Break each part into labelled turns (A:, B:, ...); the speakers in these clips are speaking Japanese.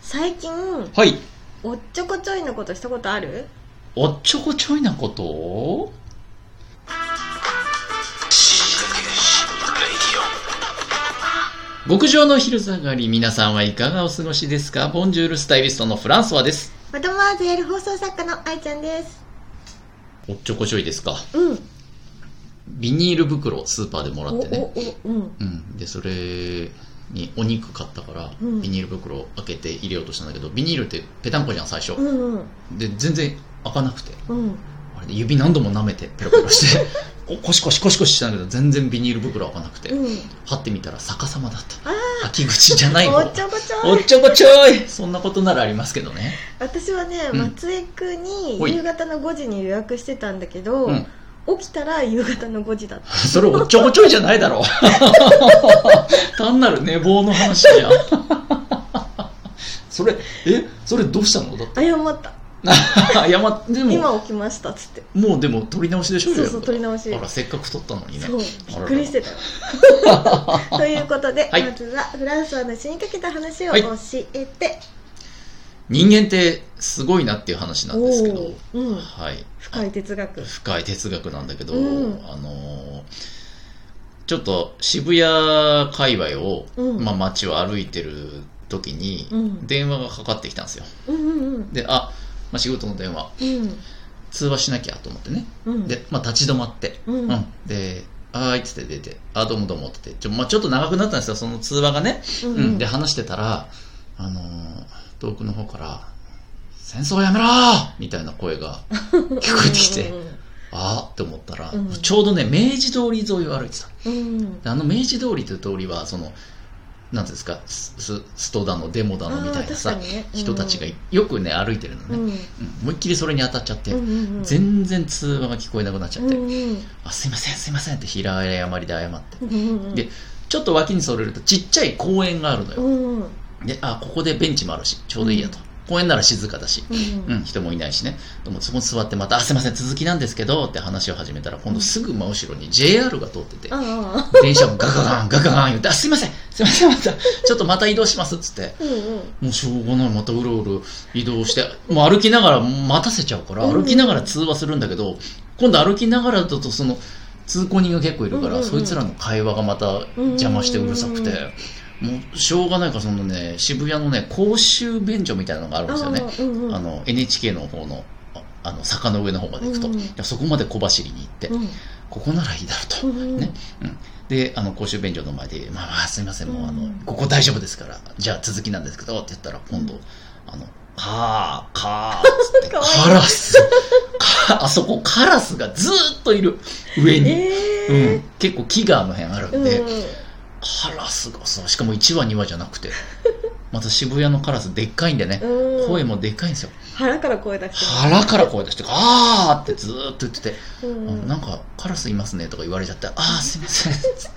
A: 最近
B: はい。
A: おっちょこちょいのことしたことある
B: おっちょこちょいなこと極上の昼下がり、皆さんはいかがお過ごしですかボンジュールスタイリストのフランソワです。
A: またまずやる放送作家の愛ちゃんです
B: おっちょこちょいですか
A: うん
B: ビニール袋、スーパーでもら
A: お
B: ってね。
A: おうん
B: うん。で、それにお肉買ったから、
A: うん
B: ビニール袋を開けて入れようとしたんだけど、ビニールってペタンコじゃん、最初。
A: うんうん
B: で、全然開かなくて。
A: うん
B: あれで指何度も舐めてペロペロして こコシコシコシコシしたんだけど全然ビニール袋開かなくて、
A: うん
B: 貼ってみたら逆さまだった
A: あ
B: 秋口じゃない
A: ー
B: 方
A: おっちょこち
B: お
A: ょ
B: っ
A: い
B: ちょこちょいそんなことならありますけど ね
A: 私はね
B: うん
A: 松江区に
B: ほい
A: 夕方の5時に予約してたんだけど、
B: うん
A: 起きたら夕方の5時だった
B: それおっちょこちょいじゃない だろう単なる寝坊の話じゃんそれえそれどうしたのだって
A: 謝った
B: 謝っでも
A: 今起きましたっつって
B: もうでも取り直しでしょ
A: そうそう取り直し
B: ほらせっかく取ったのにね
A: そうびっくりして たよということで、
B: はい
A: まずはフランスはの死にかけた話を
B: はい
A: 教えて、
B: 人間ってすごいなっていう話なんですけど、
A: おーうん
B: はい、
A: 深い哲学
B: 深い哲学なんだけど、
A: うん
B: あのーちょっと渋谷界隈を、
A: うん
B: まあ、街を歩いてる時に
A: うん
B: 電話がかかってきたんですよ
A: うんうん
B: であ、まあ、仕事の電話
A: うん
B: 通話しなきゃと思ってね
A: うん
B: で、まあ、立ち止まって、
A: うん
B: うんで「はーい」っつって出て「あどうもどうも」って言ってちょ,、まあ、ちょっと長くなったんですよその通話がね、
A: うん
B: うん、で話してたら、あのー遠くの方から「戦争やめろー!」みたいな声が聞こえてき てあーって思ったら、
A: うん
B: ちょうどね明治通り沿いを歩いてた
A: うんうん
B: であの明治通りという通りはそのなんていうんですかススストだのデモだのみたいな
A: あー
B: さ、
A: 確かにねうん
B: 人たちがよくね歩いてるの
A: う
B: ね、
A: ん
B: うん思いっきりそれに当たっちゃって、
A: うんうん
B: 全然通話が聞こえなくなっちゃって「
A: うんうん
B: あすいませんすいません」って平謝りで謝っ
A: う
B: て
A: んうん
B: でちょっと脇にそれるとちっちゃい公園があるのよ、
A: うんうん
B: で、あ、ここでベンチもあるし、ちょうどいいやと。公園なら静かだし、うん、人もいないしね。でもそこに座ってまた、あ、すいません、続きなんですけど、って話を始めたら、今度すぐ真後ろに JR が通ってて、
A: あ
B: 電車も ガガガン、ガガガン言って、あ、すいません、すいません、また、ちょっとまた移動します、つって。
A: ーうんうん
B: もうしょうがない、またうろうろ移動して、もう歩きながら待たせちゃうから、
A: うん
B: 歩きながら通話するんだけど、今度歩きながらだと、その、通行人が結構いるから、
A: うんうんうん
B: そいつらの会話がまた邪魔してうるさくて、もうしょうがないから、そのね、渋谷のね、公衆便所みたいなのがあるんですよね。
A: ーうんうん
B: あの、NHK の方の、ああの、坂の上の方まで行くと。
A: うんうん
B: いやそこまで小走りに行って、
A: うん
B: ここならいいだろうと。
A: うんうん
B: ねうん、であの公衆便所の前で「まあまあすいませんもうあ
A: う
B: の、
A: ん
B: ここ大丈夫ですからじゃあ続きなんですけど」って言ったら今度「あのはあ かあ」っつって
A: かわいい
B: カラスかあそこカラスがずーっといる上に、う
A: え
B: ん、結構木があの辺ある
A: ー
B: んで、
A: うんうん
B: カラスがさしかも1羽2羽じゃなくてまた渋谷のカラスでっかいんでね、
A: うん
B: 声もでっかいんですよ
A: 腹から声出して
B: 腹から声出して「あー」ってずーっと言ってて
A: るう
B: あ
A: ん
B: のなんかカラスいますねとか言われちゃって、ああ、すいません、つって。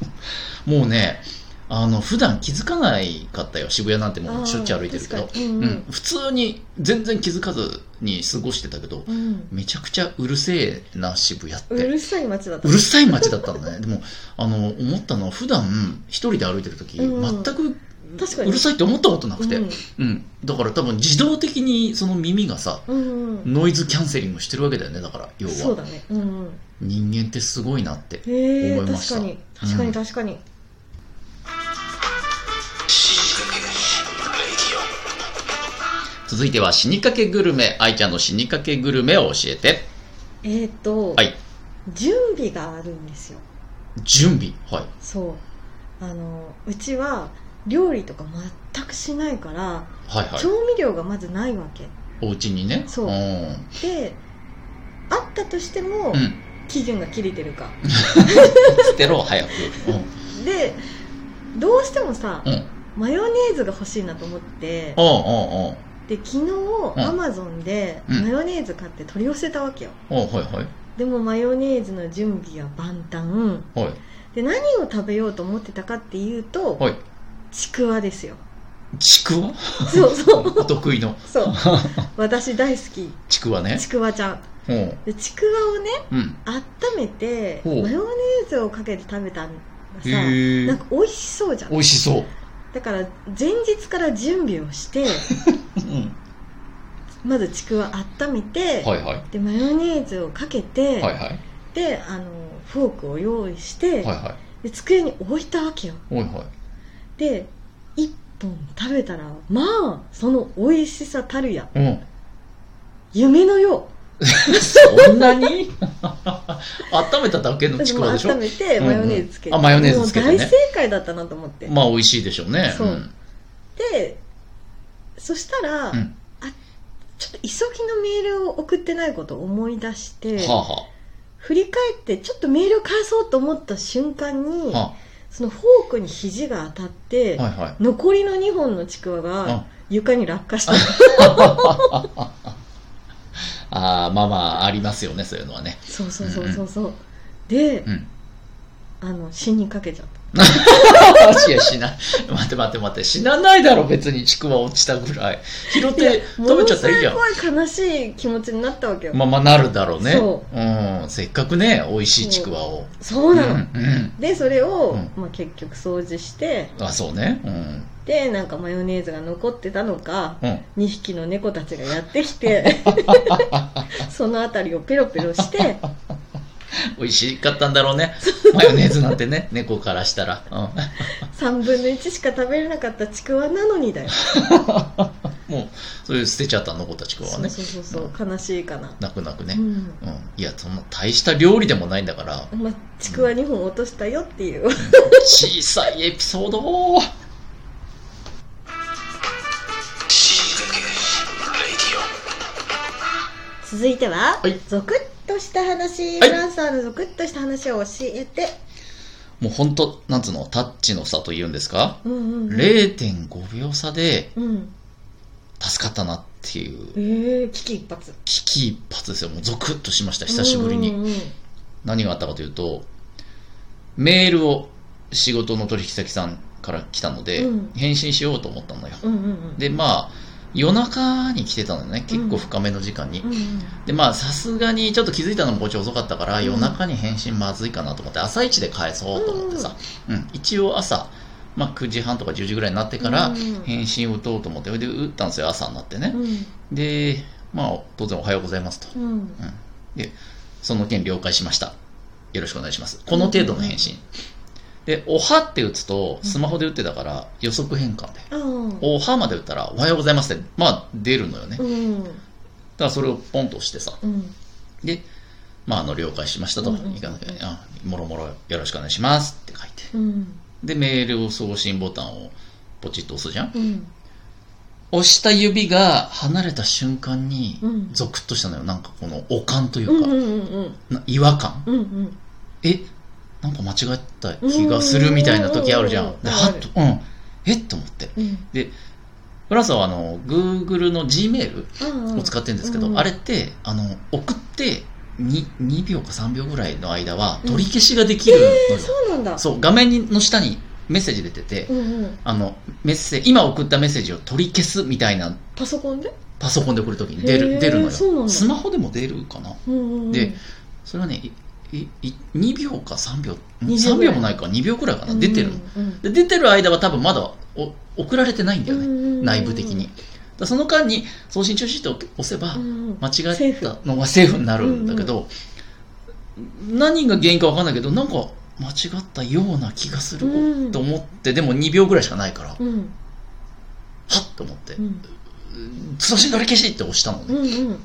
B: もうね、あの、普段気づかないかったよ。渋谷なんてもうしょっちゅう歩いてるけ
A: あ
B: ど
A: ー。確かにうん
B: う
A: うん
B: ん、普通に全然気づかずに過ごしてたけど、
A: うん
B: めちゃくちゃうるせえな、渋谷っ
A: う
B: て。
A: るさい街だった
B: うるさい街だったんだね。でも、あの、思ったのは普段一人で歩いてる時、
A: うん
B: 全く
A: 確かに
B: うるさいって思ったことなくて。
A: うん
B: うん。だから多分自動的にその耳がさ、
A: うんうん
B: ノイズキャンセリングしてるわけだよね、だから、要は。
A: そうだねうんうん
B: 人間ってすごいなって
A: え
B: 思い
A: ー
B: ました
A: 確かに確かに確かに
B: 続いては死にかけグルメ愛ちゃんの死にかけグルメを教えて
A: えっと
B: はい
A: 準備があるんですよ
B: 準備はい
A: そうあのうちは料理とか全くしないから、
B: はいはい
A: 調味料がまずないわけ
B: お家にね
A: そうんであったとしても、
B: うん
A: 期限が切れてるか
B: 捨てろ早く
A: でどうしてもさ、
B: うんうん
A: マヨネーズが欲しいなと思って
B: おう
A: で昨日
B: ん
A: アマゾンで
B: うん
A: マヨネーズ買って取り寄せたわけよ
B: おうおうおうはいはい
A: でもマヨネーズの準備は万端
B: はい
A: で何を食べようと思ってたかっていうと、
B: はい
A: ちくわですよ
B: ちくわ
A: そうそう
B: お得意の
A: そう 私大好き
B: ちくわね
A: ちくわちゃん
B: うん
A: でちくわをね
B: うん
A: 温めてマ
B: ほう
A: ヨネーズをかけて食べたのがさ
B: へえ
A: なんか美味しそうじゃん
B: 美味しそう
A: だから前日から準備をして
B: うん
A: まずちくわ温めて、
B: はいはい
A: でマヨネーズをかけて、
B: はいはい
A: であのフォークを用意して、
B: はいは
A: で机に置いたわけよ
B: いはいはい
A: で1本食べたらまあその美味しさたるや
B: うん
A: 夢のよ
B: そんなに 温めただけ
A: う
B: のちくわでしょ
A: 温めて
B: うんう
A: マ
B: ん
A: ヨネーズつけて、
B: あマヨネーズつけてね
A: もう大正解だったなと思って、
B: まあ美味しいでしょうね。
A: そうんでそしたら、
B: うん
A: あちょっと急ぎのメールを送ってないことを思い出して、
B: はあは
A: 振り返ってちょっとメールを返そうと思った瞬間に、
B: あ。は
A: そのフォークに肘が当たって、
B: あ、はいはい。
A: 残りの2本のちくわが床に落下した、
B: ああ、まあまあ、ありますよね、そういうのはね。
A: そうそうそうそうそう、で、
B: うん。
A: あの死にかけちゃっ
B: いや、死な、待って待って待って、死なないだろ、別にちくわ落ちたぐらい。拾った
A: いや
B: て食べちゃったらいいじゃん
A: も。のすごい悲しい気持ちになったわけよ、
B: まあまあ、なるだろうね。。
A: そう
B: ん。せっかくね、美味しいちくわを。
A: そうなの、
B: んうん。
A: でそれを、
B: うん
A: まあ、結局掃除して
B: あ、そうね。うん。
A: でなんかマヨネーズが残ってたのか
B: うん。
A: 2匹の猫たちがやってきて その辺りをペロペロして
B: 美味しかったんだろう ね。マヨネーズなんてね、猫からしたら。うん。
A: 3分の1しか食べれなかったちくわなのにだよ、
B: もう、そういう捨てちゃった残ったちくわは
A: そう
B: ね。
A: そうそうそう悲しいかな、
B: 泣く泣くね。
A: うん
B: うん、いやそんな大した料理でもないんだから
A: まあ、ちくわ2本落としたよっていう
B: 小さいエピソードを
A: 続いては、
B: はい
A: ゾクッとした話、
B: は
A: フ
B: い
A: ランサーのゾクッとした話を教えて、
B: もう本当なんつうのタッチの差というんですか、
A: うんうんうん、
B: 0.5秒差で
A: うん、
B: 助かったなっていう
A: ええ危機一髪
B: 危機一髪ですよもうゾクッとしました久しぶり
A: う
B: に
A: んうんうん
B: 何があったかというとメールを仕事の取引先さんから来たので、
A: うん
B: 返信しようと思ったのよ
A: うんうん
B: でまあ夜中に来てたのね結構深めの時間に、
A: うんうん
B: でまあさすがにちょっと気づいたのもこっち遅かったから、
A: うん
B: 夜中に返信まずいかなと思って朝一で返そうと思ってさ、うん一応朝、まあ、9時半とか10時ぐらいになってから
A: うん
B: 返信を打とうと思ってそれで打ったんですよ朝になってね、でまあ当然おはようございますと、
A: うんうん
B: うんでその件了解しましたよろしくお願いしますこの程度の返信、で「おは」って打つとスマホで打ってたから予測変換で
A: ああ
B: 「おは」まで打ったら「おはようございます」ってまあ出るのよね
A: う
B: だか
A: ん
B: らそれをポンと押してさ
A: うん
B: で、まあ、あの了解しましたと、
A: うんうんうん
B: いかなきゃあもろもろよろしくお願いしますって書いて、
A: うん
B: で、メールを送信ボタンをポチッと押すじゃん。
A: うん
B: 押した指が離れた瞬間に
A: うん、
B: ゾクッとしたのよ、なんかこのお感とい
A: うん
B: う
A: う
B: か、
A: んうん
B: な違和感。
A: うんうん
B: えなんか間違った気がするみたいな時あるじゃ
A: うんうん
B: ん
A: う。ん
B: で、
A: あ
B: は
A: る
B: っと、うん、えっと思って。
A: うん
B: フランスはあの、Google の Gmail
A: ああ
B: を使ってるんですけど、
A: うん
B: あれって、あの、送って2、2秒か3秒ぐらいの間は取り消しができるのよ。
A: そうなんだ
B: そう、画面の下にメッセージ出てて、
A: うんうん
B: あの、メッセ今送ったメッセージを取り消すみたいな、
A: パソコンで
B: パソコンで送るときに出る、
A: へー
B: 出るの
A: そうなん
B: よ。
A: だ
B: スマホでも出るかな。
A: うんうんうん
B: でそれはね、いいい2秒か3秒、
A: 2秒
B: 3
A: ぐら
B: 秒
A: い
B: もないか、2秒くらいか
A: う
B: な、
A: ん
B: 出てるの。で、出てる間は多分まだお送られてないんだよね、
A: ね
B: 内部的に。だからその間に送信中止って押せば、間違
A: セ
B: っ
A: ーフ
B: たのがセーフになるんだけど、何が原因か分かんないけどなんか間違ったような気がする
A: うん
B: と思って、でも2秒ぐらいしかないから、はっ
A: うん
B: と思って
A: うん
B: 「通信取り消し!」って押したの
A: うん
B: ね、
A: うん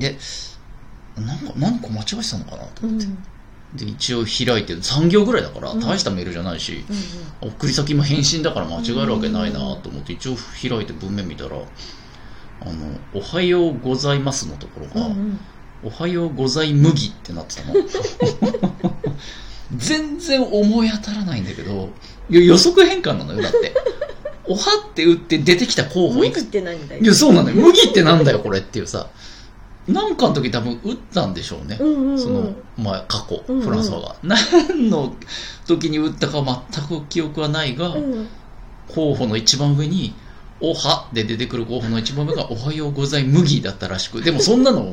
B: でなんか何か間違えてたのかな
A: う
B: と
A: んう
B: 思
A: ん
B: って、で一応開いて3行ぐらいだから
A: うん
B: 大したメールじゃないし、
A: うん
B: 送り先も返信だから間違えるわけないなと思って一応開いて文面見たら「あのおはようございます」のところ
A: う
B: が、
A: んうん
B: おはようござい麦ってなってたの。 全然思い当たらないんだけど、いや予測変換なのよ、だって。おはって打って出てきた候補いく
A: 麦って何だよ
B: いや、そうなのよ。麦ってなんだよ、これっていうさ。なんかの時多分打ったんでしょうね
A: う。んうんうん
B: その、まあ、過去、
A: うんうん
B: フランスワが。何の時に打ったか全く記憶はないが、
A: うん
B: 候補の一番上に、おはで出てくる候補の1問目がおはようござい麦だったらしく、でもそんなのも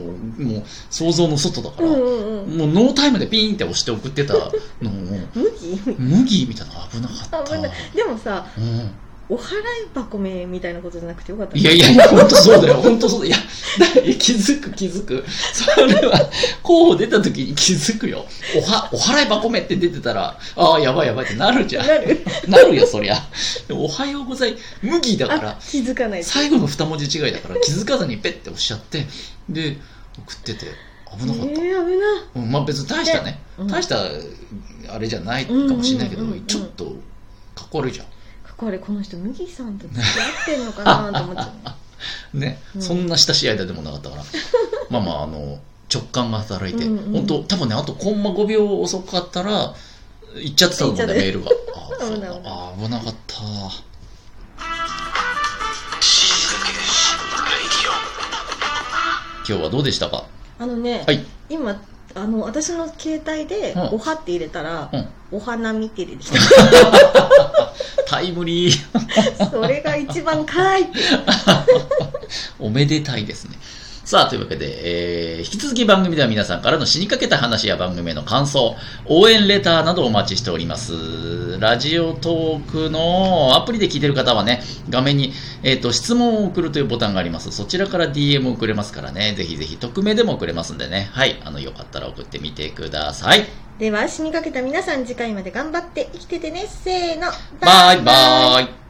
B: う想像の外だか
A: う
B: ら、
A: ん
B: もう
A: うんうん
B: ノータイムでピーンって押して送ってたのを、
A: 麦
B: 麦みたいなの危なかった。
A: 危ないでもさ
B: うん
A: お払い箱めみたいなことじゃなくてよかった
B: いやいやいや、本当そうだよ、本当そうだよ。いや、だ気づく気づく。それは、候補出た時に気づくよ。おは、お払い箱目って出てたら、ああ、やばいやばいってなるじゃん。
A: なる
B: なるよ、そりゃ。でもおはようござい、麦だから
A: あ、気づかない
B: 最後の二文字違いだから気づかずにペッて押しちゃって、で、送ってて、危なかった。
A: えー危な
B: うんまあ別に大したね、
A: うん
B: 大した、あれじゃないかもしれないけど、
A: うんうんうんうん
B: ちょっと、かっこ悪いじゃん。
A: これこの人麦さんと付き合ってんのかなと思 って
B: ね、
A: うん
B: そんな親しい間でもなかったからまあまああの直感が働いて、
A: うんうん
B: 本当多分ねあとコンマ5秒遅かったら行っちゃってたのね
A: 行っちゃって
B: メールがあそうだ
A: 危ない危ない
B: あ危なかった今日はどうでしたか
A: あのね、
B: はい
A: 今あの私の携帯で
B: うん
A: 「おは」って入れたら
B: うん
A: 「お花見」って出てき
B: タイムリー
A: たそれが一番かいって
B: おめでたいですねさあ、というわけで、えー引き続き番組では皆さんからの死にかけた話や番組への感想、応援レターなどお待ちしております。ラジオトークのアプリで聞いてる方はね、画面に、えっ、と、質問を送るというボタンがあります。そちらから DM を送れますからね、ぜひぜひ匿名でも送れますんでね、はい、あの、よかったら送ってみてください。
A: では死にかけた皆さん次回まで頑張って生きててねせーの
B: バイバイ。